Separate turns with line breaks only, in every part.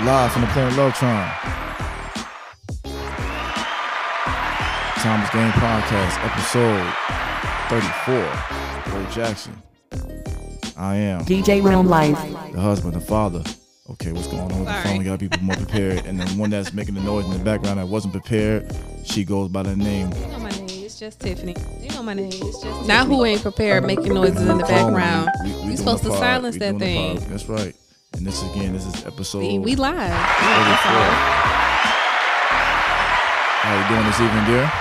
live from the planet Lotron. Thomas Game Podcast, episode 34. Ray Jackson. I am
DJ Realm Life.
the husband, the father. Okay, what's going on with the phone?
Sorry.
We gotta be more prepared. and the one that's making the noise in the background that wasn't prepared, she goes by the name
You know my name. It's just Tiffany. You know my name. It's just now. Who ain't prepared making noises in the background?
We, we
We
doing
supposed
the
to
pod.
silence
We doing
that
the
thing.
pod. That's right. And this again, this is episode.
See, we live.
that's
Yeah,
How you doing this evening, dear?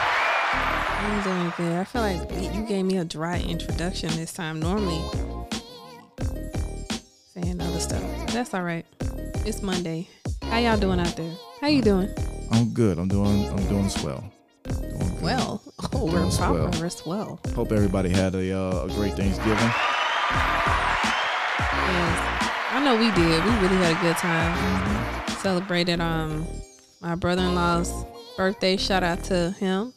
that's all. I'm doing good. I feel like you gave me a dry introduction this time. Normally, saying other stuff. That's all right. It's Monday. How y'all doing out there? How you doing?
I'm good. I'm doing. I'm doing swell. Doing good.
Well, oh,
Doing
we're proper.
swell.
We're swell.
Hope everybody had a, uh, a great Thanksgiving.
Yes. I know we did. We really had a good time. Celebrated um my brother in law's birthday. Shout out to him.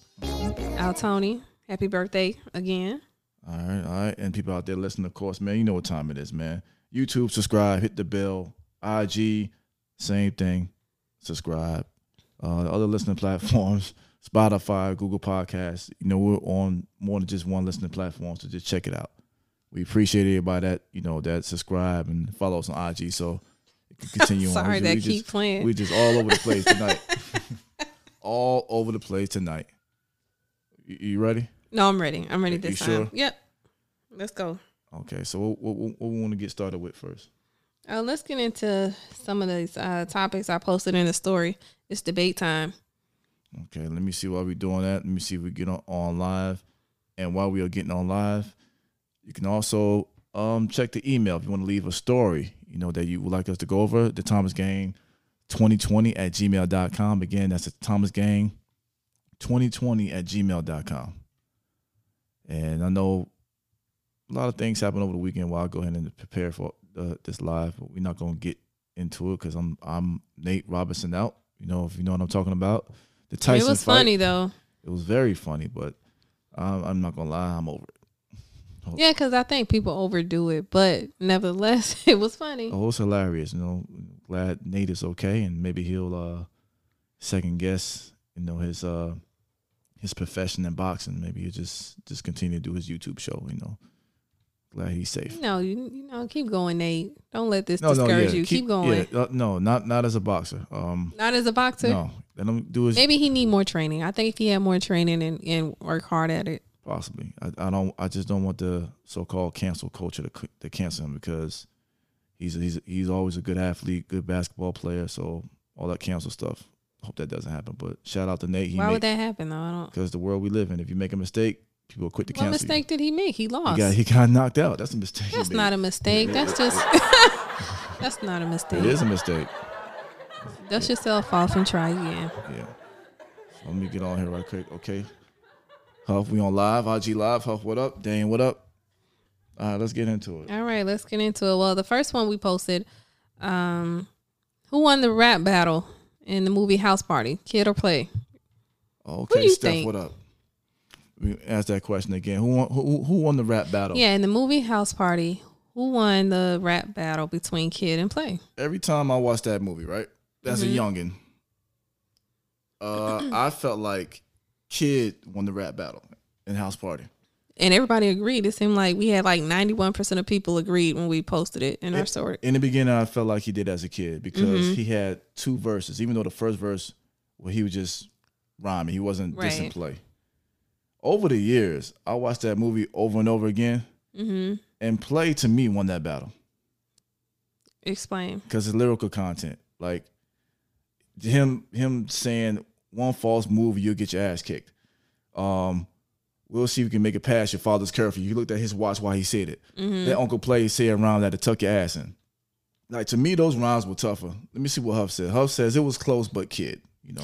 Al Tony. Happy birthday again.
All right, all right. And people out there listening, of course, man, you know what time it is, man. YouTube, subscribe, hit the bell. IG, same thing, subscribe. Uh, the other listening platforms, Spotify, Google Podcasts. You know, we're on more than just one listening platform, so just check it out. We appreciate everybody that you know that subscribe and follow us on IG. So it can continue on. We
Sorry that
just-
keep playing.
We just all over the place tonight. all over the place tonight. You, you ready?
No, I'm ready. I'm ready
You-
this
you
time.
sure?
Yep. Let's go.
Okay, so what, what, what we want to get started with first?
Uh, let's get into some of these uh, topics I posted in the story. It's debate time.
Okay, let me see why we're doing that. Let me see if we get on, on live. And while we are getting on live, you can also um, check the email if you want to leave a story, you know, that you would like us to go over. The Thomas Gang 2020 at gmail.com. Again, that's the Thomas Gang 2020 at gmail.com. And I know a lot of things happen over the weekend while I go ahead and prepare for uh, this live, but we're not going to get into it because I'm I'm Nate Robinson out. You know, if you know what I'm talking about. The Tyson
it was
fight,
funny though.
It was very funny, but I'm, I'm not going to lie, I'm over it.
Yeah, because I think people overdo it, but nevertheless, it was funny.
Oh, it's hilarious. You know, glad Nate is okay, and maybe he'll uh, second guess. You know his uh, his profession in boxing. Maybe he'll just just continue to do his YouTube show. You know, glad he's safe.
No, you, you know, keep going, Nate. Don't let this discourage you. Keep, going.
yeah, uh, no, not not as a boxer. Um,
Not as a boxer.
no, let him do his
Maybe he need more training. I think if he had more training and, and work hard at it.
Possibly. I, I don't. I just don't want the so-called cancel culture to, c- to cancel him because he's he's he's always a good athlete, good basketball player. So all that cancel stuff. Hope that doesn't happen. But shout out to Nate. He
Why would that happen though? I don't.
Because the world we live in. If you make a mistake, people are quick to
What
cancel.
mistake did he make? He
You. He
lost.
got he got knocked out. That's a mistake. he
That's
made.
not a mistake. That's just. that's not a mistake.
It is a mistake.
Dust yourself off and try again.
Yeah. Let me get on here right quick. Okay. Huff, we on live. IG live. Huff, what up? Dane, what up? All right, let's get into it.
All right, let's get into it. Well, the first one we posted, um, who won the rap battle in the movie House Party? Kid or play?
Oh, Okay,
do you
Steph,
think?
what up? We ask that question again. Who won, who who won the rap battle?
Yeah, in the movie House Party, who won the rap battle between Kid and Play?
Every time I watch that movie, right? That's
Mm-hmm.
a youngin. Uh, I felt like Kid won the rap battle in House Party.
and everybody agreed. It seemed like we had like ninety one percent of people agreed when we posted it in our story.
In the beginning, I felt like he did as a kid because
Mm-hmm.
he had two verses, even though the first verse, well, he was just rhyming. He wasn't dissing
Right.
play. Over the years, I watched that movie over and over again,
hmm
and play to me won that battle.
Explain.
because it's lyrical content. Like him him saying one false move, you'll get your ass kicked. Um, we'll see if you can make it past your father's curfew. You looked at his watch while he said it.
Mm. Mm-hmm.
That Uncle Play said around that to tuck your ass in. Like to me, those rhymes were tougher. Let me see what Huff said. Huff says it was close, but kid, you know.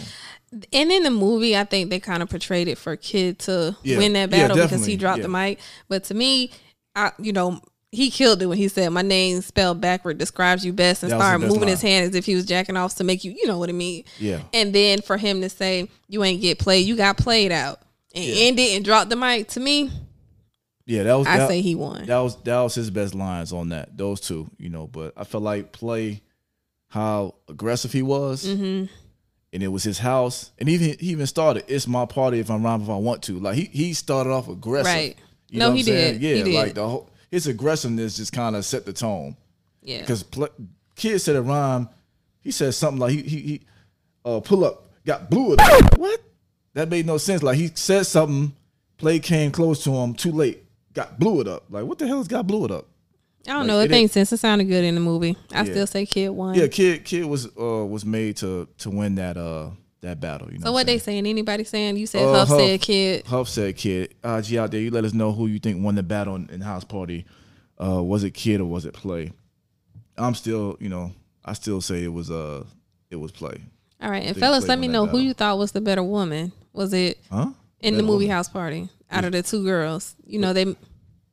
And in the movie, I think they kind of portrayed it for Kid to
Yeah.
win that
Yeah,
battle because
definitely.
he dropped
Yeah.
the mic. But to me, I you know he killed it when he said my name spelled backward describes you best and
That was the
started
best
moving his
line.
hand as if he was jacking off to make you you know what I mean.
Yeah.
And then for him to say you ain't get played, you got played out and
Yeah.
end it and drop the mic. To me,
Yeah, that was
I
that,
say he won.
that was that was his best lines on that. Those two, you know. But I felt like play how aggressive he was,
hmm
and it was his house, and even he even started. It's my party if I'm wrong if I want to. Like he he started off aggressive.
Right.
You
No,
know what
he
I'm saying?
did.
Yeah,
He did.
like the whole, his aggressiveness just kind of set the tone
Yeah.
because pl- kid said a rhyme. He said something like he he, he uh, pull up got blew it. up. what? That made no sense. Like he said something, play came close to him too late. Got blew it up. Like what the hell is got blew it up?
I don't
like,
know.
it
It makes sense. It sounded good in the movie. I
Yeah.
still say kid one.
Yeah, kid kid was uh was made to to win that uh that battle. You know.
So
what
what
I'm saying?
they saying? Anybody saying you said
Uh,
Huff
Huff.
said kid?
Huff said, "Kid, uh, G out there, you let us know who you think won the battle in, in house party. Uh, was it kid or was it play? I'm still, you know, I still say it was uh, it was play.
All right, and
They
fellas,
played
let
on
me
that
know who
battle.
you thought was the better woman. Was it
Huh?
in the
Better
movie
woman.
house party out of the two girls? You know they.
What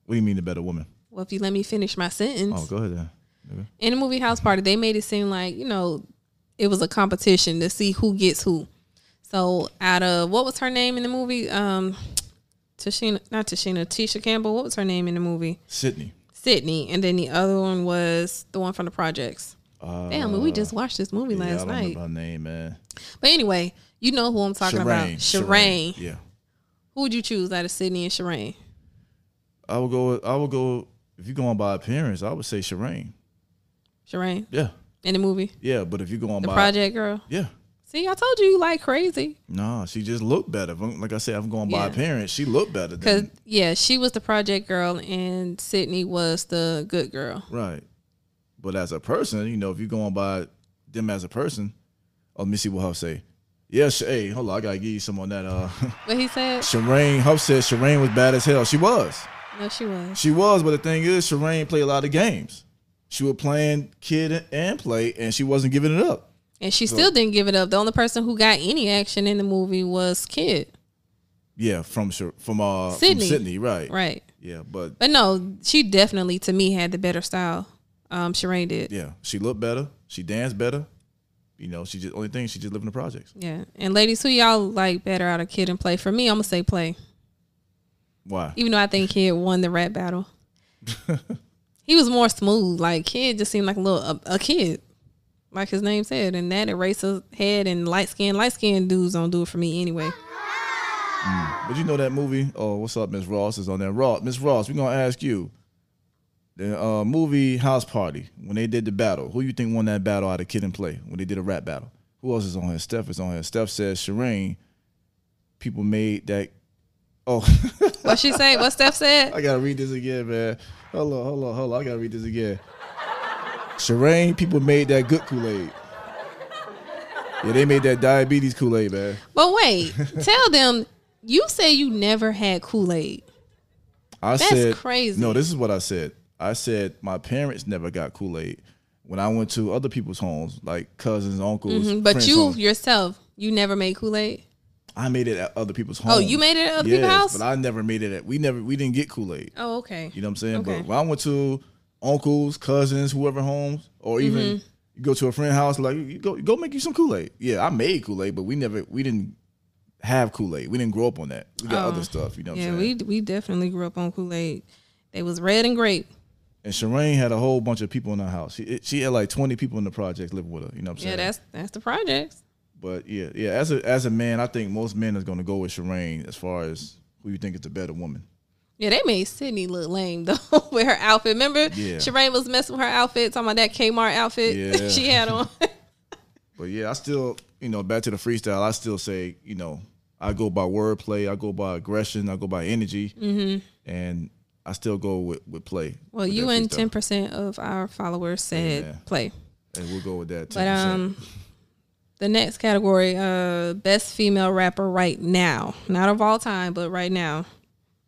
do you mean the better woman?
Well, if you let me finish my sentence,
Oh, go ahead. Then. Okay.
in the movie house party, they made it seem like you know it was a competition to see who gets who. So out of what was her name in the movie? Um, Tashina, not Tashina, Tisha Campbell. What was her name in the movie?
Sydney.
Sydney, and then the other one was the one from the projects.
Uh,
Damn, but we just watched this movie
yeah, I
last
don't
night.
remember her name, man.
But anyway, you know who I'm talking about. Shireen.
Yeah,
Who would you choose out of Sydney and Shireen?
I would go. I would go. If you're going by appearance, I would say Shireen.
Shireen
Yeah,
in the movie,
yeah. But if you're going
the
by,
project girl.
yeah,
See, I told you you like crazy.
no, she just looked better. If I'm- Like I said, I'm going by
Yeah.
appearance. She looked better
Cause
than
yeah, she was the project girl and Sydney was the good girl.
Right. But as a person, you know, if you're going by them as a person, oh, let me see what Huff say. Yes, hey, hold on, I gotta give you some on that. Uh,
But he said,
Shireen, Huff said Shireen was bad as hell. She was,
no, she was.
she was. But the thing is, Shireen played a lot of games. She was playing kid and play, and she wasn't giving it up.
And she still didn't give it up. The only person who got any action in the movie was Kid.
Yeah, from Shir- from uh from
Sydney.
Sydney, right?
Right.
Yeah, but
But no, she definitely to me had the better style. Um, Shireen did.
yeah, she looked better. She danced better. You know, she just only thing she just lived in the projects.
Yeah. And ladies, who y'all like better out of Kid and Play? For me, I'm gonna say Play.
Why?
even though I think Kid won the rap battle. he was more smooth. Like Kid just seemed like a little a, a kid, like his name said. And that eraser head and light skin, light skin dudes don't do it for me anyway.
But you know that movie? Oh, what's up, Miss Ross is on there. Ross, Miss Ross, we're gonna ask you. The uh, movie House Party when they did the battle, who you think won that battle out of Kid and Play when they did a rap battle? Who else is on here? Steph is on here. Steph says Shireen. People made that. Oh,
What she say? What Steph said?
I gotta read this again, man. Hold on, hold on, hold on. I gotta read this again. Shireen, people made that good Kool Aid. Yeah, they made that diabetes Kool Aid, man.
But wait, tell them you say you never had Kool Aid.
I
That's
said,
crazy.
No, this is what I said. I said my parents never got Kool Aid when I went to other people's homes, like cousins, uncles.
Mm-hmm, But
friends'
you
homes.
yourself, you never made Kool Aid.
I made it at other people's
Oh,
homes.
you made it at other
yes,
people's house?
but I never made it at. We never, we didn't get Kool Aid.
Oh, okay.
You know what I'm saying?
Okay.
But when I went to uncles, cousins, whoever homes, or even
Mm-hmm.
you go to a friend house, like you go, go make you some Kool Aid. Yeah, I made Kool Aid, but we never, we didn't have Kool Aid. We didn't grow up on that. We got
Oh.
other stuff. You know what I'm
Yeah,
saying?
we we definitely grew up on Kool Aid. They was red and grape.
And Shireen had a whole bunch of people in her house. She, she had like 20 people in the projects living with her. You know what I'm saying?
Yeah, that's that's the projects.
but yeah, yeah. As a as a man, I think most men is gonna go with Shireen as far as who you think is the better woman.
Yeah, they made Sydney look lame though with her outfit. Remember,
Yeah.
Shireen was messing with her outfit, talking about that Kmart outfit
Yeah.
she had on.
But yeah, I still, you know, back to the freestyle. I still say, you know, I go by wordplay. I go by aggression. I go by energy. And I still go with with play.
Mm-hmm. well,
with
you
that
and
freestyle.
ten percent of our followers said
Amen.
play.
And we'll go with that. 10%.
But um, the next category, uh, best female rapper right now, not of all time, but right now,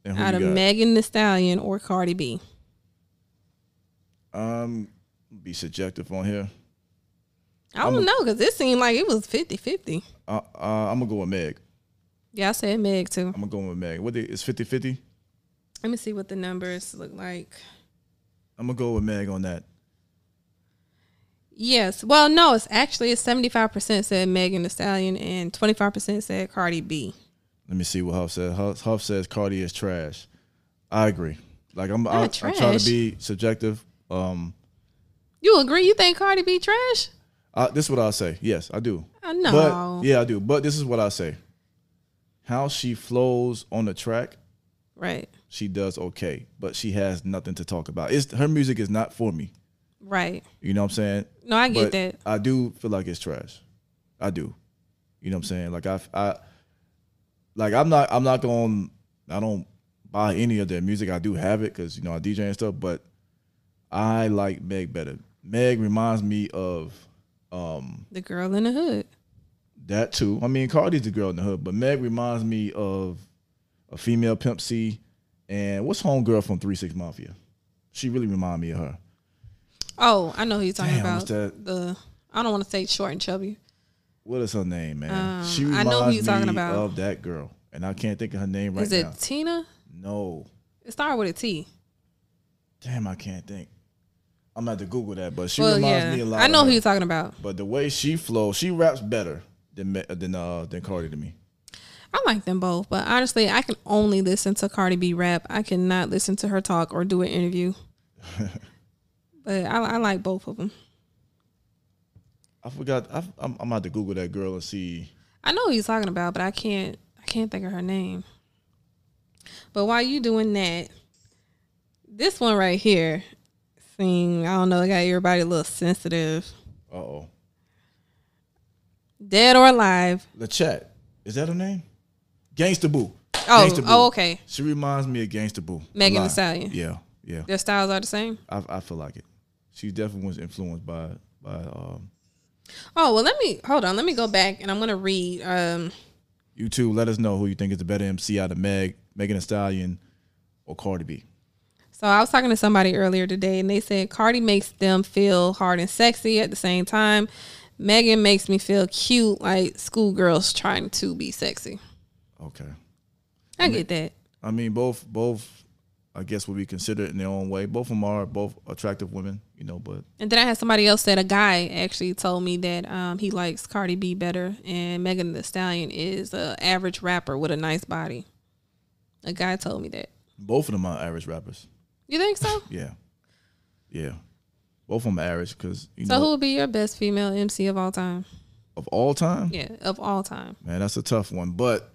and who
out
you
of
got?
Megan The Stallion or Cardi B.
um, be subjective on here.
I don't 'cause know because it seemed like it was 50-50.
Uh, uh, I'm gonna go with Meg.
Yeah, I said Meg too.
I'm gonna go with Meg. What they, it's 50 50?
Let me see what the numbers look like.
I'm gonna go with Meg on that.
Yes. Well, no, it's actually it's seventy five percent said Megan the Stallion and twenty five percent said Cardi B.
Let me see what Huff says. Huff, Huff says Cardi is trash. I agree. Like I'm, I, I
Not
try
trash.
to be subjective. Um,
You agree? You think Cardi B trash? Uh,
I, this is what I'll say. Yes, I do.
I know.
But yeah, I do. But this is what I say. How she flows on the track,
Right.
she does okay, but she has nothing to talk about. It's her music is not for me.
Right.
You know what I'm saying?
No, I get
but
that.
I do feel like it's trash. I do. You know what I'm saying? Like I, I, like I'm not, I'm not going. I don't buy any of their music. I do have it because you know I DJ and stuff, but I like Meg better. Meg reminds me of um
The girl in the hood.
that too. I mean, Cardi's the girl in the hood, but Meg reminds me of a female Pimp C and what's homegirl from Three Six Mafia. She really remind me of her.
Oh, I know who you're talking
Damn,
about.
what's that?
The I don't want to say short and chubby.
What is her name, man?
Um,
she
I
reminds
know who you're
me
talking about.
of that girl, and I can't think of her name right
Is it
now.
Tina?
No,
It started with a T.
damn, I can't think. I'm gonna have to Google that, but she
well,
reminds
yeah.
me a lot.
I know
of
who
her.
you're talking about.
But the way she flows, she raps better than Me- than uh than Cardi to me.
I like them both, but honestly, I can only listen to Cardi B rap. I cannot listen to her talk or do an interview. but I, I like both of them.
I forgot. I, I'm, I'm about to Google that girl and see.
I know who you're talking about, but I can't I can't think of her name. But while you doing that, this one right here, seem I don't know, it got everybody a little sensitive.
Uh oh,
Dead or alive.
the chat is that her name? Gangsta Boo.
Oh,
Gangsta Boo.
oh, okay.
She reminds me of Gangsta Boo. I'm
Megan Thee
lying.
Stallion.
Yeah, yeah.
Their styles are the same.
I, I feel like it. She definitely was influenced by by um
Oh well, let me hold on. Let me go back and I'm gonna read. Um,
You too. Let us know who you think is the better MC out of Meg, Megan Thee Stallion, or Cardi B.
so I was talking to somebody earlier today, and they said Cardi makes them feel hard and sexy at the same time. Megan makes me feel cute, like schoolgirls trying to be sexy.
Okay. Mm-hmm.
I get that.
I mean, both both I guess would be considered in their own way. Both of them are both attractive women, you know. But
And then I had somebody else that a guy actually told me that um, he likes Cardi B better, and Megan The Stallion is a average rapper with a nice body. A guy told me that.
both of them are average rappers.
You think so?
Yeah, yeah. Both of them are average because you
so
know
who would be your best female MC of all time?
of all time.
Yeah, of all time.
Man, that's a tough one, but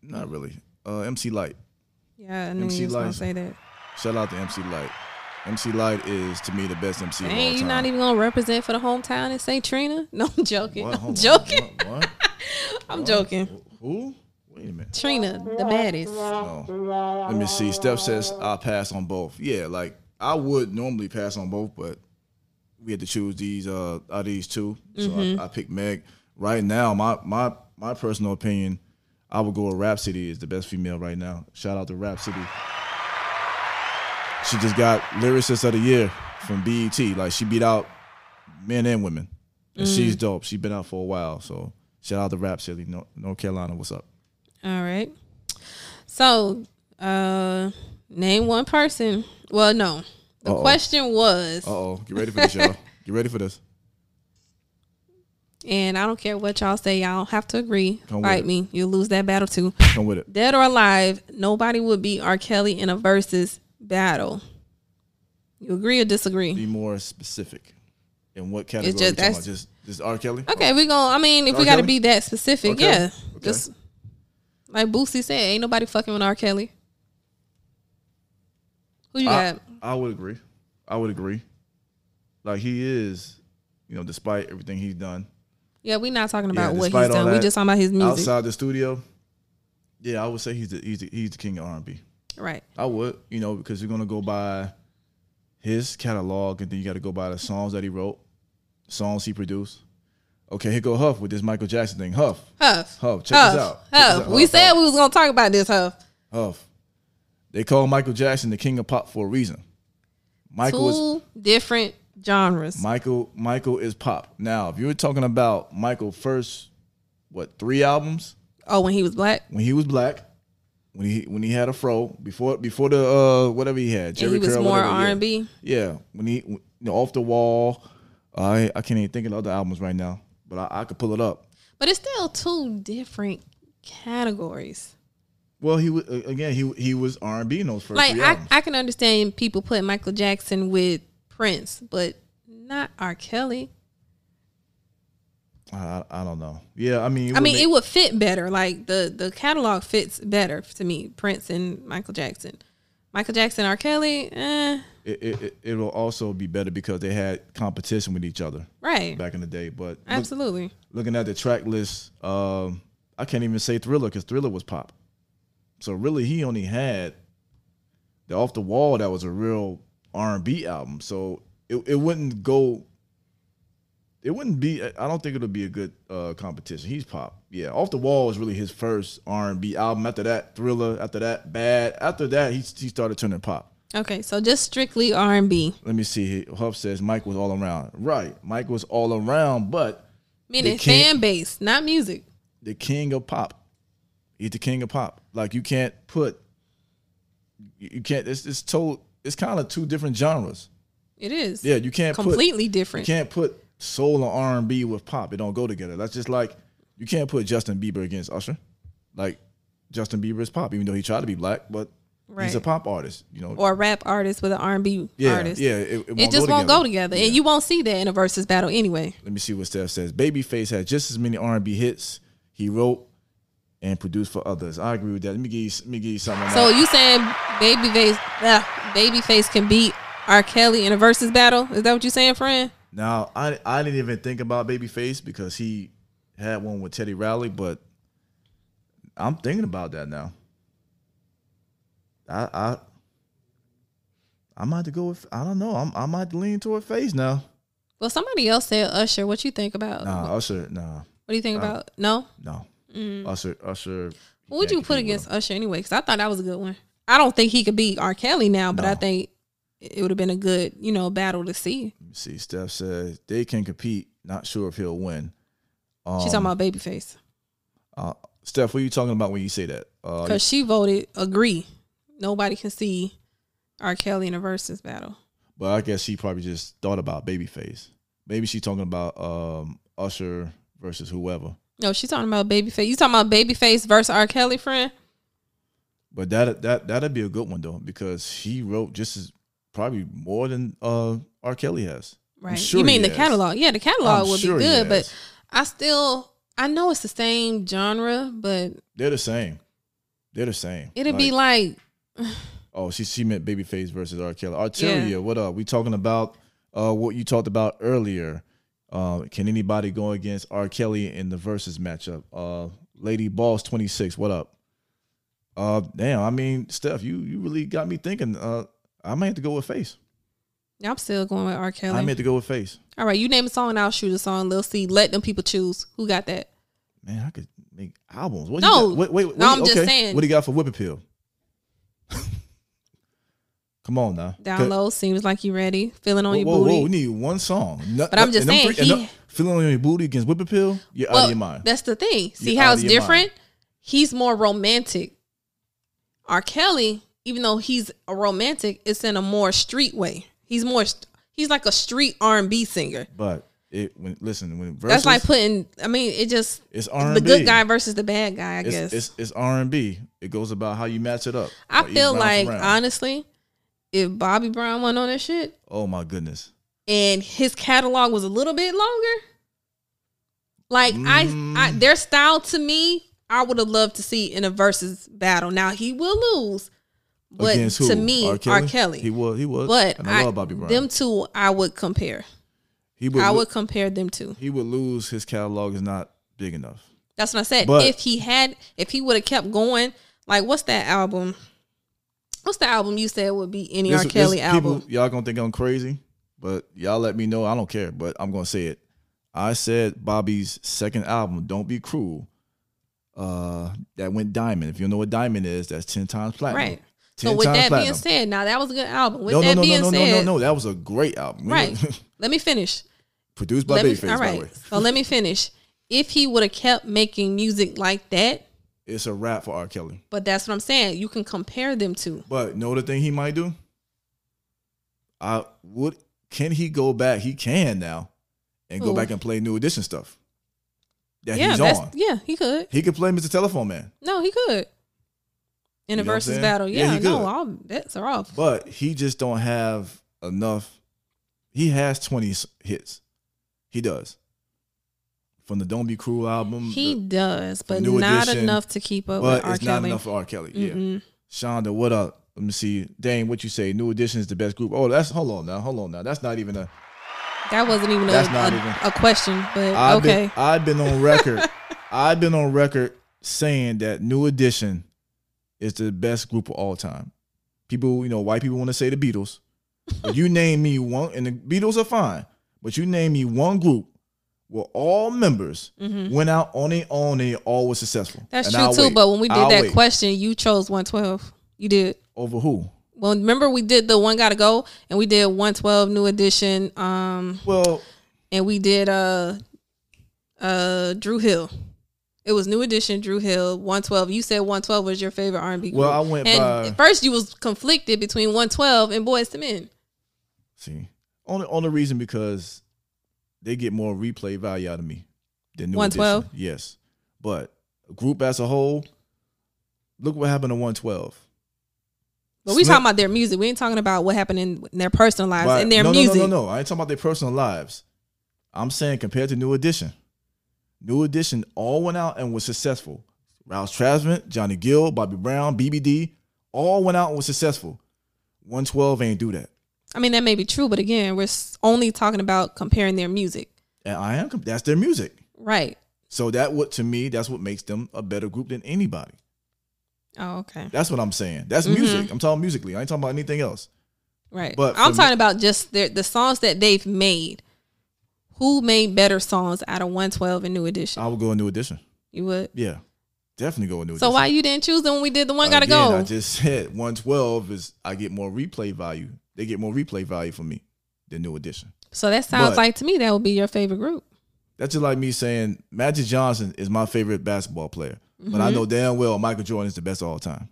not really. Uh, MC Light.
Yeah, I knew
MC
you was gonna
Lysa.
say that.
Shout out to MC Light. MC Light is to me the best MC of all
Dang, you
time.
not even gonna represent for the hometown and say Trina? No, I'm joking.
What?
I'm
Hold on.
joking.
What? what?
I'm joking.
Who? Wait a minute.
Trina, the baddest.
No. Oh. Let me see. Steph says I'll pass on both. Yeah, like I would normally pass on both, but we had to choose these uh out of these two. So I, I picked Meg. Right now, my my my personal opinion, I would go with Rhapsody is the best female right now. Shout out to Rhapsody. She just got lyricist of the year from BET. Like she beat out men and women. And she's dope. She's been out for a while. So shout out to Rhapsody. North, North Carolina, what's up?
All right. So, uh name one person. Well, no. The
Uh-oh.
question was,
Uh oh, get ready for this, y'all. Get ready for this.
and I don't care what y'all say, y'all have to agree.
Come with
Fight
it.
me. You'll lose that battle too.
Come with it.
Dead or alive, nobody would beat R. Kelly in a versus battle. You agree or disagree?
Be more specific. In what category?
just-
we talking
that's-
about? just just R. Kelly.
Okay, we gon' I mean, if
R.
we got to
Kelly?
be that specific,
Okay.
yeah.
Okay.
Just like Boosie said, ain't nobody fucking with R. Kelly. Who you
I,
got?
I would agree. I would agree. Like he is, you know, despite everything he's done
Yeah, we not talking about what he's
despite all
done. We
that,
just talking about his music,
outside the studio, yeah, I would say he's the he's the, he's the king of R and B.
right?
I would, you know, because you're gonna go by his catalog, and then you got to go by the songs that he wrote, songs he produced. Okay, here go Huff with this Michael Jackson thing. Huff,
Huff,
Huff, check
Huff,
this out. Check this
Huff.
out.
We
Huff,
said
Huff.
we was gonna talk about this, Huff.
Huff. They call Michael Jackson the king of pop for a reason. Michael is
Two different genres.
Michael Michael is pop. Now, if you were talking about Michael first, what three albums
Oh, when he was black,
when he was black, when he when he had a fro before before the uh whatever he had
and
Jerry
he was
Curl,
more
whatever,
R
yeah.
and B.
Yeah, when he you know, off the wall, I I can't even think of the other albums right now, but I, I could pull it up.
But it's still two different categories.
Well, he was again he he was R and B in those first
Like
three
I,
albums.
I can understand people putting Michael Jackson with Prince, but not R. Kelly.
I, I don't know. Yeah, I mean,
I mean,
make-
it would fit better. Like the the catalog fits better to me. Prince and Michael Jackson, Michael Jackson, R. Kelly, eh,
it, it, it it'll also be better because they had competition with each other
right?
back in the day. But look,
Absolutely.
looking at the track list, um, I can't even say Thriller because Thriller was pop. So really, he only had the Off the Wall that was a real R and B album. So it, it wouldn't go. It wouldn't be. I don't think it'll be a good uh, competition. He's pop. Yeah, Off the Wall was really his first R and B album. After that, Thriller. After that, Bad. After that, he he started turning pop.
Okay, so just strictly R and B.
Let me see. Huff says Mike was all around. Right, Mike was all around, but
Meaning
can't-
fan base, not music.
the king of pop. He's the king of pop. Like you can't put, you you can't. It's it's told. It's kind of two different genres.
It is.
Yeah, you can't put.
Completely
You
different.
can't put soul and R and B with pop. It don't go together. That's just like you can't put Justin Bieber against Usher. Like Justin Bieber is pop, even though he tried to be black, but he's a
Right.
pop artist. You know.
or a rap artist with an R and B
yeah,
artist.
yeah. It,
It just won't go together, and you won't see that in a versus battle anyway.
let me see what Steph says. Babyface had just as many R and B hits he wrote and produced for others. I agree with that. Let me give you let me give you something. on
So
that.
you saying babyface, uh, babyface can beat R. Kelly in a versus battle? Is that what you saying, friend?
now I I didn't even think about Babyface because he had one with Teddy Riley, but I'm thinking about that now. I I I might have to go with I don't know. I'm I might lean toward Face now.
Well, somebody else said Usher. What you think about?
Nah, uh, Usher, nah,
What do you think about? No. Mm.
no. Usher Usher.
What would
yeah,
you put
he will.
against Usher anyway? Because I thought that was a good one. I don't think he could beat R. Kelly now, but I
No.
think it would have been a good, you know, battle to see.
Let me see. Steph says they can compete. Not sure if he'll win. Um,
She's talking about Babyface
Uh, Steph, what are you talking about when you say that? Uh,
because she voted agree. Nobody can see R. Kelly in a versus battle.
but I guess she probably just thought about Babyface. Maybe she's talking about um, Usher versus whoever.
No, she's talking about Babyface. You talking about Babyface versus R. Kelly, friend?
But that that that'd be a good one though because he wrote just as probably more than uh, R. Kelly has. I'm
Right.
sure
you mean
he
the
has.
catalog? Yeah, the catalog
I'm
would
sure
be
he
good, but
has.
I still I know it's the same genre, but
They're the same. They're the same.
it'd be like
oh, she she meant Babyface versus R. Kelly. Arteria, what up? We talking about uh, what you talked about earlier. Uh, can anybody go against R. Kelly in the versus matchup? Uh, Lady Boss twenty six, what up? Uh, damn, I mean, Steph, you you really got me thinking. Uh, I might have to go with Face.
I'm still going with R. Kelly.
I may have to go with Face.
All right, you name a song, and I'll shoot a song. Lil C, let them people choose who got that.
Man, I could make albums. What you
No.
got? wait, wait, what
No,
you-
I'm just
okay.
saying.
What do you got for Whip Appeal? Come on now,
Down
Could-
low seems like you ready, feeling on
Whoa,
your
whoa,
booty.
whoa, we need one song. No-
But I'm
no-
just
and them
saying,
and
he-
them- feeling on your booty against whipping pill, you're out
Well,
of your mind.
That's the thing. See
You're
how
out
it's
of your mind.
different? He's more romantic. R. Kelly, even though he's a romantic, it's in a more street way. He's more st- he's like a street R and B singer.
But it when listen when verses,
That's like putting I mean, it just
it's R
the
and B.
good guy versus the bad guy, I guess.
It's it's, it's R and B. It goes about how you match it up.
I
each
feel
round for
like
round.
honestly, if Bobby Brown went on that shit
oh my goodness.
and his catalog was a little bit longer, like I,
Mm.
I their style to me, I would have loved to see in a versus battle. Now he will lose, but
Against who?
to me, R. Kelly.
He was he was.
but
and I,
I-
love Bobby Brown.
them two, I would compare.
he would,
I
lo-
would compare them two.
he would lose. His catalog is not big enough.
That's what I said.
But-
if he had, if he would have kept going, like what's that album? What's the album you said would be any
This-
R.
this-
Kelly
people-
album?
y'all gonna think I'm crazy, but y'all let me know. I don't care, but I'm gonna say it. I said Bobby's second album, "Don't Be Cruel," uh, that went diamond. If you know what diamond is, that's ten times platinum.
Right. So
Ten
with
times
that being
platinum.
said, now that was a good album. With
no, no,
that
no,
being
no, no,
said,
no, no, no, that was a great album. We
right.
were-
let me finish.
Produced by
let me,
Babyface,
all
by the
right.
way.
So let me finish. If he would have kept making music like that,
It's a rap for R. Kelly.
but that's what I'm saying. You can compare them to.
But know the thing he might do? I would. Can he go back? He can now, and go
Who?
back and play New Edition stuff that
yeah,
he's
that's
on.
yeah, he could.
He could play Mr. Telephone Man,
No, he could.
You know
In
what
a
I'm
versus
saying?
battle,
Yeah,
yeah,
he
no,
could.
all bets are off.
but he just don't have enough. He has 20 s- hits. He does. from the Don't Be Cruel album.
He
um, the-
does, but
New
not
Edition,
enough to keep up
but
with R.
it's
Kelly. Mm-hmm.
not enough for R. Kelly. Yeah.
Mm-mm.
Shonda, what up? Let me see. Dane, what you say? New Edition is the best group. Oh, that's hold on now, hold on now. That's not even a.
That wasn't even, a,
That's not
a,
even-
a question, but
I've
Oh, okay.
Been, I've been on record. I've been on record saying that New Edition is the best group of all time. People, you know, white people want to say the Beatles. But you name me one, and the Beatles are fine. But you name me one group where all members
Mhm.
went out on their own and they all were successful.
That's
And
true
I'll
too.
wait.
But when we did
I'll
that
wait.
question, you chose 112. You did.
over who?
Well, remember we did the one gotta go, and we did 112 new edition. Um,
Well,
and we did uh, uh, Drew Hill. It was new edition, Drew Hill, 112. You said 112 was your favorite R&B.
well,
group.
I went
and
by.
at first you was conflicted between 112 and Boys to Men.
See, only only reason because they get more replay value out of me than new
112?
Edition. Yes, but a group as a whole, look what happened to one twelve.
But we
Slim-
talking about their music. We ain't talking about what happened in their personal lives
Right.
and their
no,
music.
No, no, no, no. I ain't talking about their personal lives. I'm saying compared to New Edition. New Edition all went out and was successful. Rouse Trasman, Johnny Gill, Bobby Brown, BBD, all went out and was successful. 112 ain't do that.
I mean that may be true, but again, we're s- only talking about comparing their music,
And I am com- that's their music.
right?
So that what to me, that's what makes them a better group than anybody.
Oh, okay.
That's what I'm saying. That's
Mm-hmm.
music. I'm talking musically. I ain't talking about anything else.
Right.
But
I'm
for
talking about just the the songs that they've made. Who made better songs out of 112 and New Edition?
I would go a new edition.
You would.
Yeah. Definitely go a Oh. new edition.
So why you didn't choose them when we did the one gotta
Again,
go?
I just said 112 is I get more replay value. They get more replay value from me than new edition.
so that sounds
but-
like to me that would be your favorite group.
That's just like me saying Magic Johnson is my favorite basketball player. But
Mm-hmm.
I know damn well Michael Jordan is the best of all time.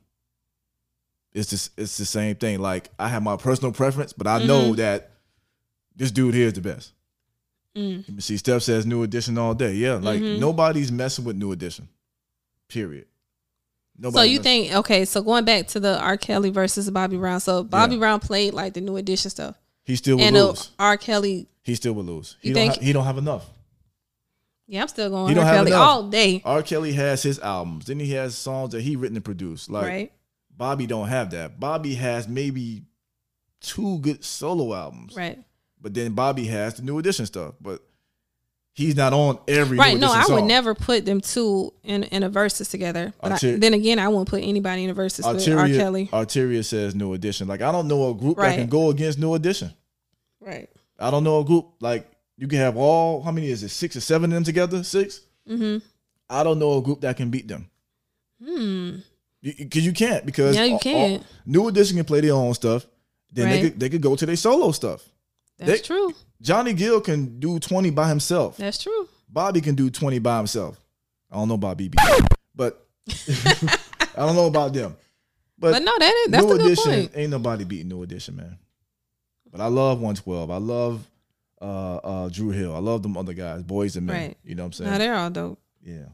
It's just it's the same thing. Like I have my personal preference, but I
Mm-hmm.
know that this dude here is the best.
Mm. Mm-hmm.
You See, Steph says New Edition all day. Yeah, like nobody's messing with New Edition. Period.
So
Nobody
you
mess-
think okay? So going back to the R. Kelly versus Bobby Brown. So Bobby
Yeah.
Brown played like the New Edition stuff,
he still would
and the
lose?
R. Kelly.
He still would lose. He
You
don't.
think-
ha- he don't have enough.
Yeah, I'm still
He
going
don't
R.
have
Kelly
enough.
all day.
R. Kelly has his albums. Then he has songs that he written and produced. Like
right.
Bobby don't have that. Bobby has maybe two good solo albums.
Right.
But then Bobby has the New Edition stuff. But he's not on every New
Right. No,
Edition
I would
song.
never put them two in in a verses together. But I,
Arter-
then again, I wouldn't put anybody in a verses with R. Kelly.
Arteria says New Edition. Like I don't know a group that can
Right.
go against New Edition.
Right.
I don't know a group like you can have all how many is it six or seven of them together six.
Mm-hmm.
I don't know a group that can beat them
Hmm.
because you, can't because
Yeah, you
all- all-
can't.
New Edition can play their own stuff. Then
Right.
they could they could go to their solo stuff.
That's
They-
true.
Johnny Gill can do twenty by himself.
That's true.
Bobby can do twenty by himself. I don't know about BB, but I don't know about them. But,
But no, that is that's
New
a good
Edition
point.
ain't nobody beating New Edition, man. But I love 112. I love uh uh Drew Hill. I love them other guys, boys and men.
Right.
You know what I'm saying?
Now they're all dope.
yeah.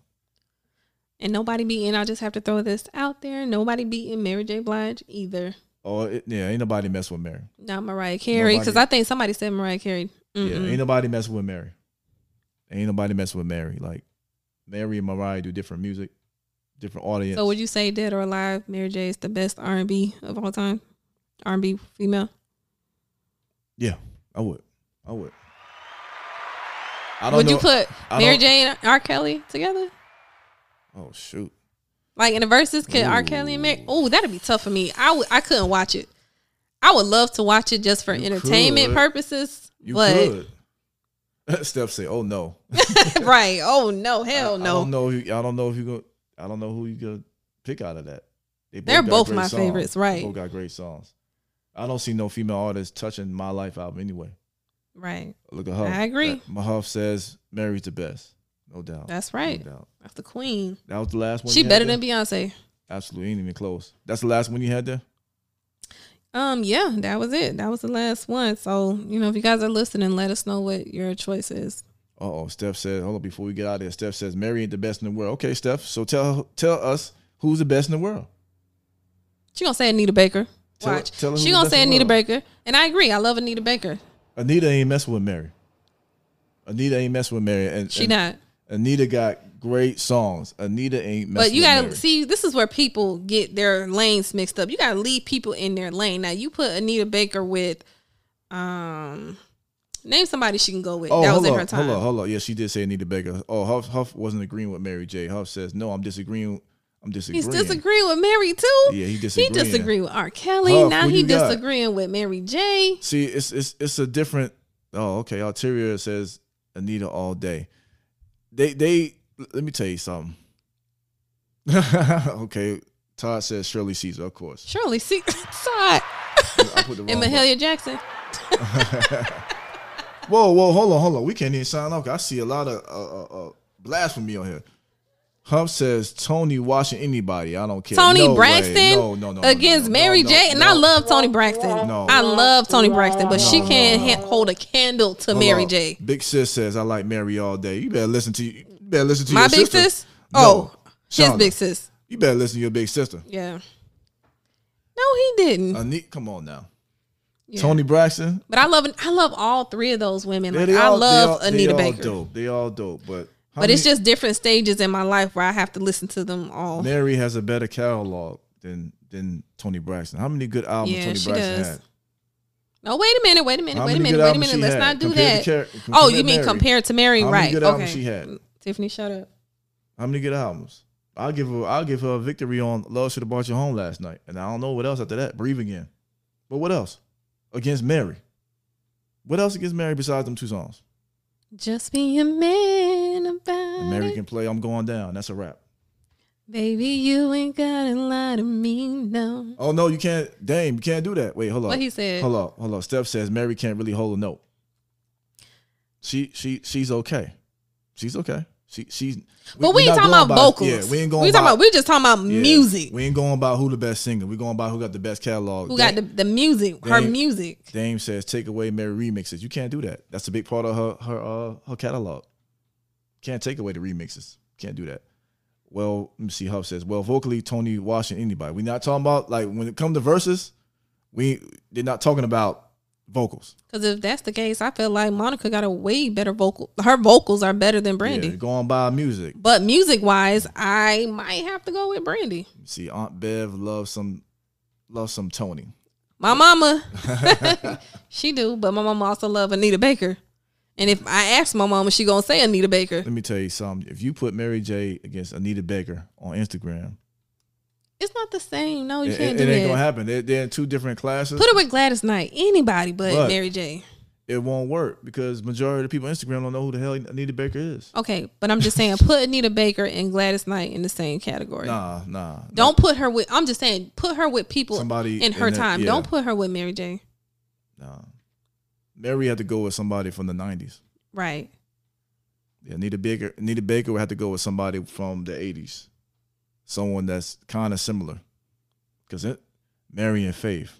And nobody beating. I just have to throw this out there. Nobody beating Mary J. Blige either.
Oh it, yeah, ain't nobody mess with Mary.
Not Mariah Carey because
Nobody-
I think somebody said Mariah Carey.
Yeah,
Mm-mm.
ain't nobody mess with Mary. Ain't nobody mess with Mary. Like Mary and Mariah do different music, different audience.
so would you say dead or alive, Mary J. is the best R and B of all time? R and B female.
yeah, I would. I would. I don't
Would
know.
you put
I
Mary
don't-
J. and R. Kelly together?
oh shoot.
Like in the verses, could R. Kelly and Mary? Oh, that'd be tough for me. I would. I couldn't watch it. I would love to watch it just for
You
entertainment
could.
purposes.
You
but
could. Steph say, "Oh no,
right. Oh no, hell
I, I
no.
don't know. Who, I don't know if you go. I don't know who you gonna pick out of that. They
They're
got
both
great
my favorites, right.
They both got great songs. I don't see no female artist touching my life album anyway.
Right.
Look at her.
I agree.
That- My Huff says Mary's the best, no doubt.
That's right.
No doubt.
That's the queen.
That was the last one.
She
you had
better
there?
than Beyonce.
Absolutely, ain't even close. That's the last one you had there.
Um, yeah, that was it. That was the last one. So, you know, if you guys are listening, let us know what your choice is.
Uh oh, Steph says. Hold on, before we get out of there, Steph says Mary ain't the best in the world. Okay, Steph. So tell tell us who's the best in the world.
She gonna say Anita Baker.
Tell-
Watch.
tell her who
she
the
gonna
best
say
in the
Anita
world.
Baker. And I agree. I love Anita Baker.
Anita ain't messing with Mary. Anita ain't messing with Mary, and
She
and,
not.
Anita got great songs. Anita ain't messing
But you
with
gotta
Mary.
see, this is where people get their lanes mixed up. You gotta leave people in their lane. Now you put Anita Baker with, um, name somebody she can go with.
Oh,
that was
hold
in
up,
her time.
hold up, hold up. Yeah, she did say Anita Baker. Oh, Huff, Huff wasn't agreeing with Mary J. Huff says, "No, I'm disagreeing. I'm disagreeing."
He's disagreeing with Mary too.
Yeah, he
He
disagreeing.
disagreed with R. Kelly.
Huff,
now
who
he
you got?
disagreeing with Mary J.
See, it's it's it's a different. Oh, okay. Ulterior says Anita all day. They they let me tell you something. okay, Todd says Shirley Caesar, of course.
Shirley C. Todd
I put the
and
wrong one.
Mahalia Jackson.
Whoa, whoa, hold on, hold on. We can't even sign off. I see a lot of uh, uh, uh, blasphemy on here. Huff says Tony washing anybody. I don't care.
Tony
No way.
Braxton
No, no, no, no,
against
no, no,
Mary
no,
J. And
no.
I love Tony Braxton.
No.
I love Tony Braxton, but she can't ha- hold a candle to
Hold
Mary
on.
J.
Big sis says I like Mary all day. You better listen to you better listen to
My
your
big
sister.
sis?
No.
Oh, his
Shauna.
big sis.
You better listen to your big sister.
Yeah. No, he didn't.
Anit, come on now.
Yeah.
Tony Braxton.
But I love I love all three of those women.
Yeah,
Like
they
I
all-
love
they all,
Anita
they all
Baker.
Dope. They all dope. But how
But it's
many-
just different stages in my life where I have to listen to them all.
Mary has a better catalog than than Tony Braxton. How many good albums
Yeah,
Tony
she
Braxton
does.
had?
No, wait a minute, wait a minute,
How
wait a
many
minute,
good
wait a
albums
minute.
she
Let's
had
not do
compared
that.
to Car-
oh,
compared
you
to
mean
Mary?
compared to Mary,
How many
right?
good
okay.
albums she had?
Tiffany, shut up.
How many good albums? I'll give her I'll give her a victory on Love Should Have Brought You Home last night. And I don't know what else after that. Breathe again. But what else? Against Mary. What else against Mary besides them two songs?
Just be a man about
Mary
it.
can play I'm Going Down. That's a wrap.
Baby, you ain't gotta lie to me, no.
Oh no, you can't Dame, you can't do that. Wait, hold on.
What he said.
Hold on, hold on. Steph says Mary can't really hold a note. She she she's okay. She's okay. She she's
but we ain't
we're
talking
not
about
going by-
vocals.
Yeah, we ain't going
We
by,
talking about we just talking about
yeah,
music.
We ain't going about who the best singer. We're going by who got the best catalog.
Who got
Dame-
the, the music? Her
Dame-
music.
Dame says take away Mary remixes. You can't do that. That's a big part of her her uh, her catalog. Can't take away the remixes. Can't do that. Well, let me see. Huff says, well, vocally Tony Washington anybody. We're not talking about like when it comes to verses, we they're not talking about vocals.
Because if that's the case, I feel like Monica got a way better vocal. Her vocals are better than Brandy.
Yeah, going by music.
But music wise, I might have to go with Brandy.
See, Aunt Bev loves some loves some Tony.
My mama, she do, but my mama also love Anita Baker. And if I ask my mama, she gonna say Anita Baker.
Let me tell you something. If you put Mary J against Anita Baker on Instagram,
It's not the same. No, Oh, you
it,
can't
it
do
ain't gonna
that.
happen. They're, they're in two different classes.
Put it with Gladys Knight. Anybody but,
But-
Mary J.
it won't work because majority of the people on Instagram don't know who the hell Anita Baker is.
Okay, but I'm just saying, put Anita Baker and Gladys Knight in the same category.
Nah, nah.
Don't put her with. I'm just saying, put her with people
Somebody
in her
in that-
time.
yeah.
Don't put her with Mary J.
Nah. Mary had to go with somebody from the nineties.
Right.
Yeah, Anita Baker Anita Baker would have to go with somebody from the eighties. Someone that's kinda similar. Cause it Mary and Faith.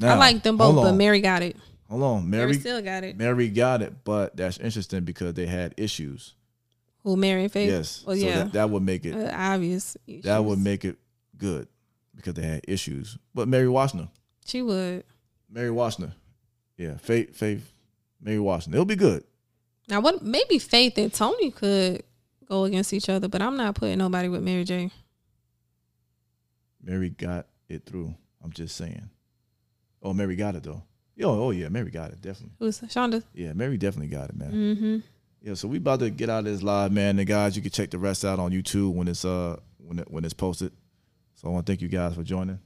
I
Now,
like them both,
hold
but
on,
Mary got it.
Hold on.
Mary,
Mary
still got it.
Mary got it, but that's interesting because they had issues.
Who Mary and Faith?
yes.
Well,
So
yeah.
that, that would make it
Uh, obvious. She
that
was-
would make it good because they had issues. But Mary Washner.
She would.
Mary Washner. Yeah, Faith, Faith, Mary Washner. It'll be good.
Now, what? Maybe Faith and Tony could go against each other, but I'm not putting nobody with Mary J.
Mary got it through. I'm just saying. Oh, Mary got it though. Yo, oh yeah, Mary got it definitely.
Who's Shonda?
Yeah, Mary definitely got it, man.
Mm-hmm.
Yeah, so we about to get out of this live, man. And guys, you can check the rest out on YouTube when it's uh when it, when it's posted. So I want to thank you guys for joining.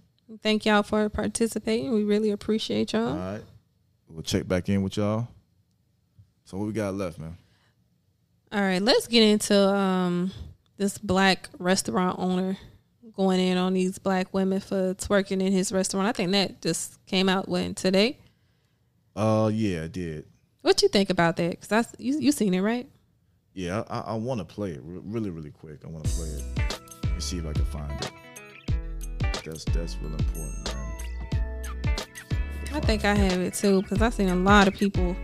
Thank y'all for participating. We really appreciate y'all.
All right, we'll check back in with y'all. So what we got left, man?
All right, let's get into um this black restaurant owner going in on these black women for twerking in his restaurant. I think that just came out when today.
Uh, yeah, I did.
What you think about that? Cause that's you, you seen it right?
Yeah, I, I want to play it re- really, really quick. I want to play it and see if I can find it. That's that's real important, man.
I think I have it too because I seen a lot of people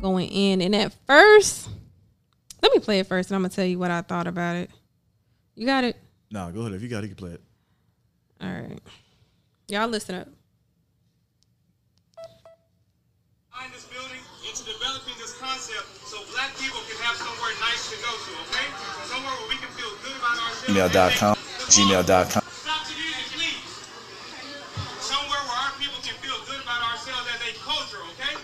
going in. And at first, let me play it first, and I'm gonna tell you what I thought about it. You got it.
Nah, go ahead. If you got it, you can play it.
All right, y'all listen up.
behind this building, it's developed. developing this concept so black people can have somewhere nice to go to, okay? Somewhere where we can feel good about ourselves.
Gmail.com. Gmail.com.
Stop the music, please. Somewhere where our people can feel good about ourselves as a culture, okay?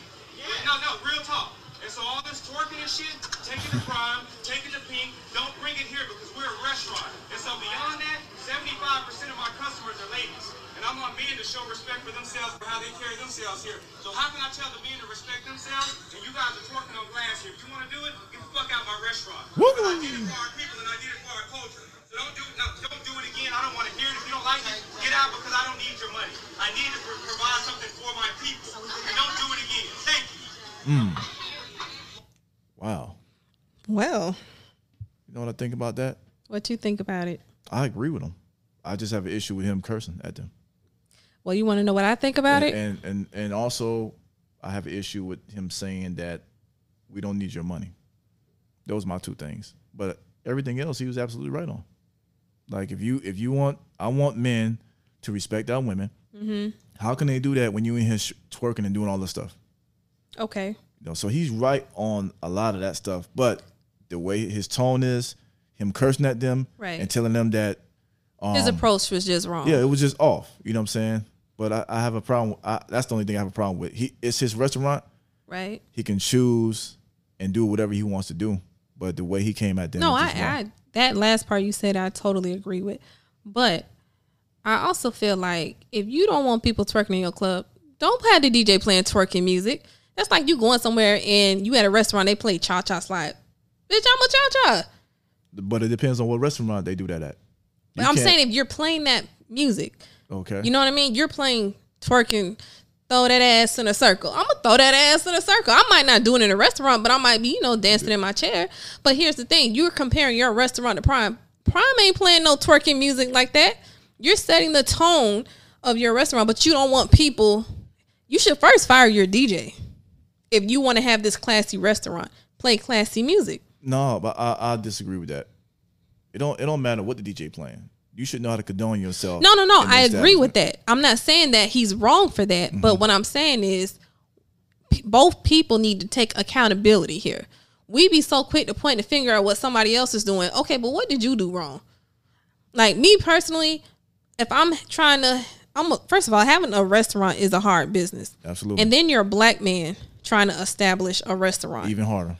No, no, real talk. And so all this twerking and shit, taking the crime, taking the pink, don't bring it here because we're a restaurant. And so beyond that, 75% of my customers are ladies. And I want men to show respect for themselves for how they carry themselves here. So how can I tell the men to respect themselves and you guys are twerking on glass here? If you want to do it, get the fuck out of my restaurant.
Woo!
Because I did it for our people and I did it for our culture. So don't do, no, don't do it again. I don't want to hear it. If you don't like it, get out because I don't need your money. I need to pro- provide something for my people. And don't do it again. Thank you.
Wow.
Well,
You know what I think about that?
what you think about it?
I agree with him. I just have an issue with him cursing at them.
Well, you want to know what I think about it?
And and and also I have an issue with him saying that we don't need your money. Those my two things. But everything else he was absolutely right on. Like if you if you want I want men to respect our women.
Mm-hmm.
How can they do that when you in here sh- twerking and doing all this stuff?
Okay.
You know, so he's right on a lot of that stuff. But the way his tone is, him cursing at them
Right.
and telling them that um,
His approach was just wrong.
yeah, it was just off. You know what I'm saying? But I, I have a problem. I, that's the only thing I have a problem with. He it's his restaurant.
Right?
He can choose and do whatever he wants to do. But the way he came at them,
No,
was
I,
just wrong.
I that last part you said I totally agree with. But I also feel like if you don't want people twerking in your club, don't have the DJ playing twerking music. That's like you going somewhere and you at a restaurant they play cha cha slide. Bitch, I'm a cha cha.
but it depends on what restaurant they do that at.
But
You
I'm
can't-
saying if you're playing that music,
okay.
you know what I mean? You're playing twerking, throw that ass in a circle. I'm gonna throw that ass in a circle. I might not do it in a restaurant, but I might be, you know, dancing in my chair. But here's the thing: you're comparing your restaurant to Prime. Prime ain't playing no twerking music like that. You're setting the tone of your restaurant, but you don't want people. You should first fire your DJ if you want to have this classy restaurant. Play classy music.
no, but I, I disagree with that. It don't it don't matter what the DJ playing. You should know how to condone yourself.
No, no, no.
in the
I agree
establishment. Mm-hmm.
with that. I'm not saying that he's wrong for that, but what I'm saying is p- both people need to take accountability here. We be so quick to point the finger at what somebody else is doing. Okay, but what did you do wrong? Like me personally, if I'm trying to I'm a, first of all, having a restaurant is a hard business.
Absolutely.
And then you're a black man trying to establish a restaurant
Even harder.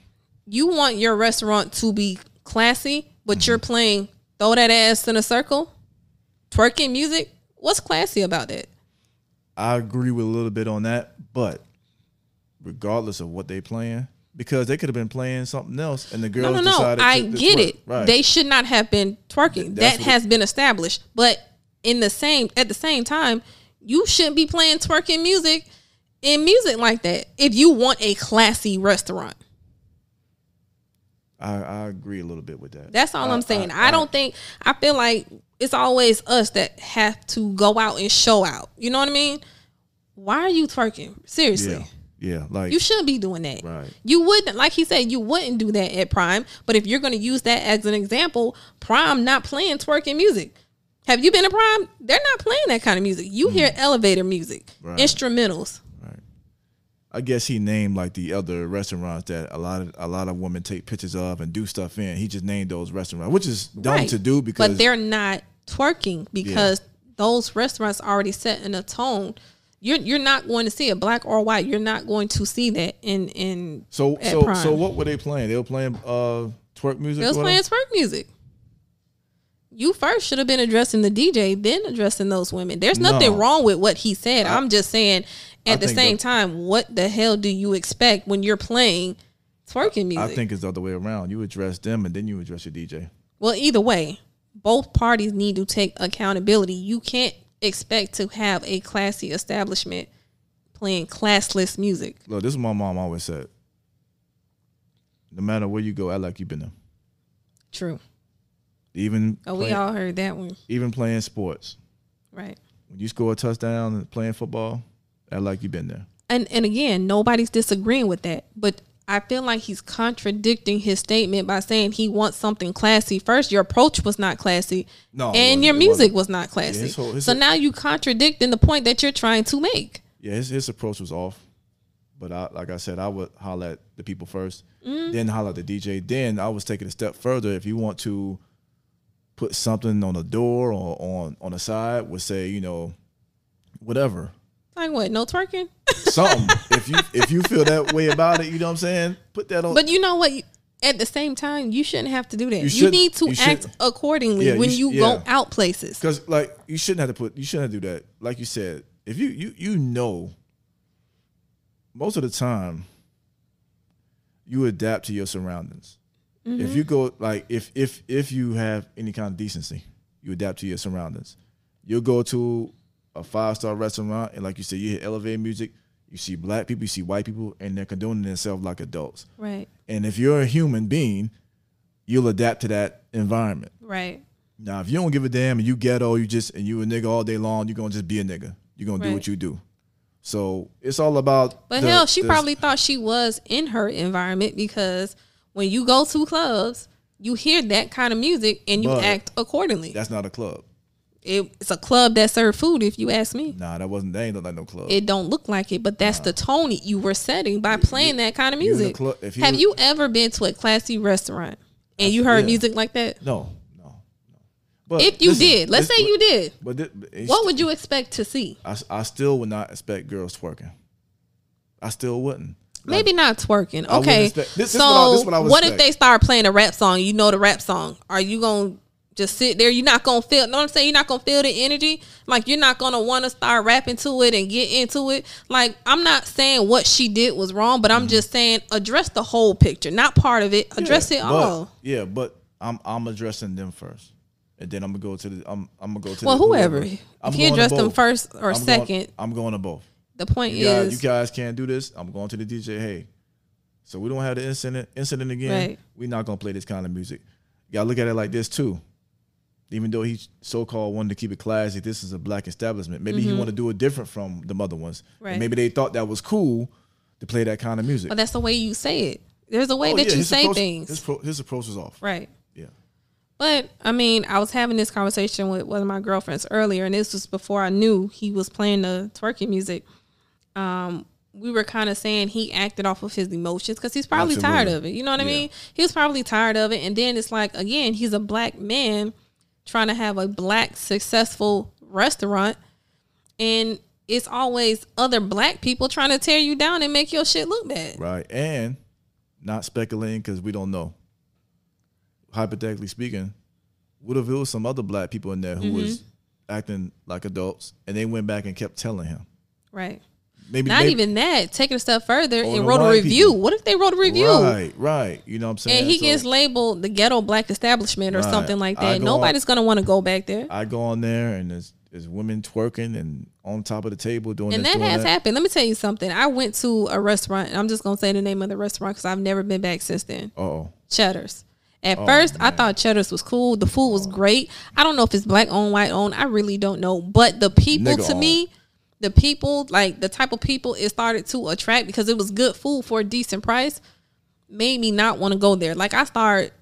you want your restaurant to be classy, but
Mm-hmm.
you're playing throw that ass in a circle, twerking music. What's classy about that?
I agree with a little bit on that, but regardless of what they playing, because they could have been playing something else, and the
No,
girls
no, no.
decided.
I
to- to
get
twerk.
it. They should not have been twerking.
that's what
that
it-
has been established, but in the same at the same time, you shouldn't be playing twerking music in music like that if you want a classy restaurant.
I, I agree a little bit with that.
That's all I, am saying. I, don't think I feel like it's always us that have to go out and show out. You know what I mean? Why are you twerking? Seriously.
yeah, yeah. Like
You shouldn't be doing that.
Right.
You wouldn't like he said, you wouldn't do that at Prime. But if you're gonna use that as an example, Prime not playing twerking music. Have you been to Prime? They're not playing that kind of music. You hear elevator music,
Right.
instrumentals.
I guess he named like the other restaurants that a lot of a lot of women take pictures of and do stuff in. He just named those restaurants, which is dumb
Right.
to do because
but they're not twerking because those restaurants already set in a tone. You're you're not going to see it black or white. You're not going to see that in in
so
at
so
Prime.
so. What were they playing? They were playing uh twerk music.
They was
or
playing
whatever?
twerk music. You first should have been addressing the DJ, then addressing those women. There's nothing
No.
wrong with what he said. I, am just saying, at
I
the
think
same
that-
time, what the hell do you expect when you're playing twerking
I
music?
think it's the other way around. You address them and then you address your DJ.
Well, either way, both parties need to take accountability. You can't expect to have a classy establishment playing classless music.
Look, this is what my mom always said. No matter where you go, act like you've been there.
True.
Even
Oh, we
play-
all heard that one,
even playing sports.
right?
When you score a touchdown and playing football, act like you've been there.
And and again, nobody's disagreeing with that, but I feel like he's contradicting his statement by saying he wants something classy. First, your approach was not classy,
No, it
and
wasn't.
your
It
music
wasn't.
was not classy.
his whole- his
so
whole-
now you contradicting the point that you're trying to make.
Yeah, his, his approach was off. But I, like I said, I would holler at the people 1st
Mm.
then holler at the DJ. Then I was taking a step further. If you want to put something on a door or on on the side, would say you know, whatever,
Like what? No twerking?
something. if you if you feel that way about it, you know what I'm saying. Put that on.
But you know what? At the same time, you shouldn't have to do that. You,
shouldn't-
need to
you
act
shouldn't.
accordingly
Yeah, you
when
sh-
you,
yeah.
go out places.
Because like you shouldn't have to put you shouldn't have to do that. Like you said, if you you you know, most of the time, you adapt to your surroundings. If you go like if if if you have any kind of decency, you adapt to your surroundings. You'll go to a five star restaurant and like you said, you hear elevator music. You see black people, you see white people, and they're condoning themselves like adults.
Right.
And if you're a human being, you'll adapt to that environment.
Right.
Now, if you don't give a damn and you ghetto, you just and you a nigga all day long, you're gonna just be a nigga. You're gonna do
Right.
what you do. So it's all about.
But
the-
hell, she
the-
probably thought she was in her environment because when you go to clubs, you hear that kind of music and you
But-
act accordingly.
that's not a club.
It, it's a club that served food, if you ask me.
Nah, that wasn't. That ain't look like no club.
It don't look like it, but that's the tone that you were setting by playing that kind of
you in the
music.
club- if you-
Have you ever been to a classy restaurant and you heard
yeah.
music like that?
no, no, no. But
If you
listen,
did, let's
this-
say you did,
But thi- but it's-
what would you expect to see?
I, I still would not expect girls twerking. I still wouldn't.
Maybe not twerking.
wouldn't
Okay.
expect- this- this
so,
is what I- this is what I
what,
would
if
expect.
they start playing a rap song? You know the rap song. Are you going to just sit there? You're not going to feel, know what I'm saying? You're not going to feel the energy. Like, you're not going to want to start rapping to it and get into it. Like, I'm not saying what she did was wrong, but I'm
Mm-hmm.
just saying address the whole picture, not part of it. Address it
but-
all.
Yeah, but I'm I'm addressing them first, and then I'm gonna go to the I'm I'm gonna go to
Well,
the,
whoever.
I'm
if
going
you
to
address them
both.
first
I'm
or
going-
second,
I'm going to both.
the point
you
is.
guys, you guys can't do this. I'm going to the DJ. Hey, so we don't have the incident incident again.
Right.
We're not gonna play this kind of music. You gotta look at it like this too. Even though he so called wanted to keep it classy, this is a black establishment. Maybe he want to do it different from the mother ones. And
Mm-hmm. Right.
maybe they thought that was cool to play that kind of music.
But that's the way you say it. There's a way
Oh,
that
yeah,
you
his
say
approach-
things.
His, pro, his approach was off.
right.
Yeah.
But I mean, I was having this conversation with one of my girlfriends earlier, and this was before I knew he was playing the twerking music. Um, we were kind of saying he acted off of his emotions because he's probably tired
Absolutely.
of it. You know what I
Yeah.
mean? He was probably tired of it. And then it's like, again, he's a black man trying to have a black successful restaurant. And it's always other black people trying to tear you down and make your shit look bad.
Right. And not speculating because we don't know. Hypothetically speaking, what if it was some other black people in there who
Mm-hmm.
was acting like adults and they went back and kept telling him?
Right.
Maybe
Not
maybe-
even that. Take it a step further
Or the
and wrote a
white
review.
people.
What if they wrote a review?
Right, right. You know what I'm saying?
and he
So,
gets labeled the ghetto black establishment or
Right.
something like
I
that.
go
Nobody's gonna want to go back there,
I go on there and there's, there's women twerking and on top of the table doing
and
this,
that
doing
has
that.
happened. Let me tell you something. I went to a restaurant, and I'm just gonna say the name of the restaurant because I've never been back since then.
Uh-oh.
Cheddar's. At
Oh,
first, I thought Cheddar's was cool. The food was great. I don't know if it's black owned, white owned. I really don't know. But the people
Nigga
to me, the people like the type of people it started to attract because it was good food for a decent price, made me not want to go there. Like I started,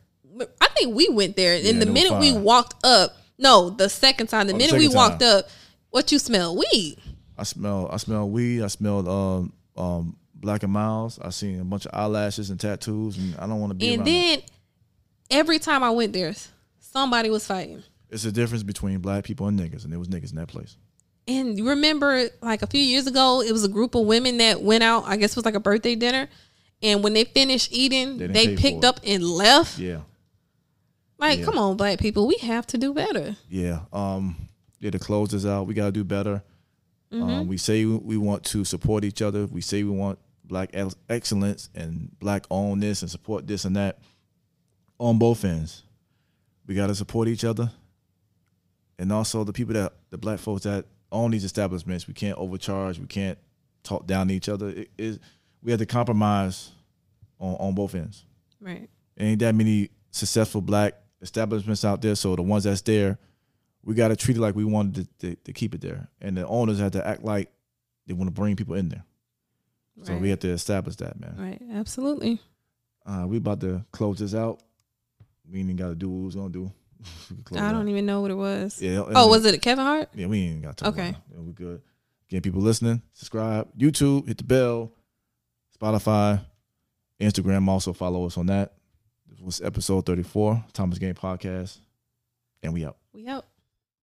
I think we went there, and the
it was
minute we
fine. Oh,
walked up, no, the second time, the
the
minute we
second
walked
time.
up, what you smell? Weed.
I smell I smell weed. I smell um um black and miles. I seen a bunch of eyelashes and tattoos and I don't want to be
And
around it.
then every time I went there, somebody was fighting.
It's a difference between black people and niggas, and there was niggas in that place.
And you remember, like a few years ago, it was a group of women that went out. I guess it was like a birthday dinner, and when they finished eating,
They
they,
didn't pay for it.
picked up and left.
Yeah,
Like,
yeah.
come on, black people, we have to do better.
yeah. Um, yeah. The clothes is out. We gotta do better. Um, we say we- we want to support each other. We say we want black ex- excellence and black own this and support this and that on both ends. We gotta support each other, and also the people that the black folks that own these establishments. We can't overcharge. We can't talk down to each other. It is we have to compromise on on both ends.
Right.
ain't that many successful black establishments out there. So the ones that's there, we got to treat it like we wanted to, to, to keep it there. And the owners have to act like they want to bring people in there. So we have to establish that, man.
Right. Absolutely.
Uh, we about to close this out. We ain't got to do what we was gonna do. We can close
I
it
don't
out.
even know what it was.
Yeah.
oh, was it Kevin Hart?
Yeah, we ain't got to. talk
Okay.
About it. Yeah, we good. Again, people listening, subscribe, YouTube, hit the bell. Spotify, Instagram. Also follow us on that. This was episode 34, Thomas Game Podcast, and we out.
We out.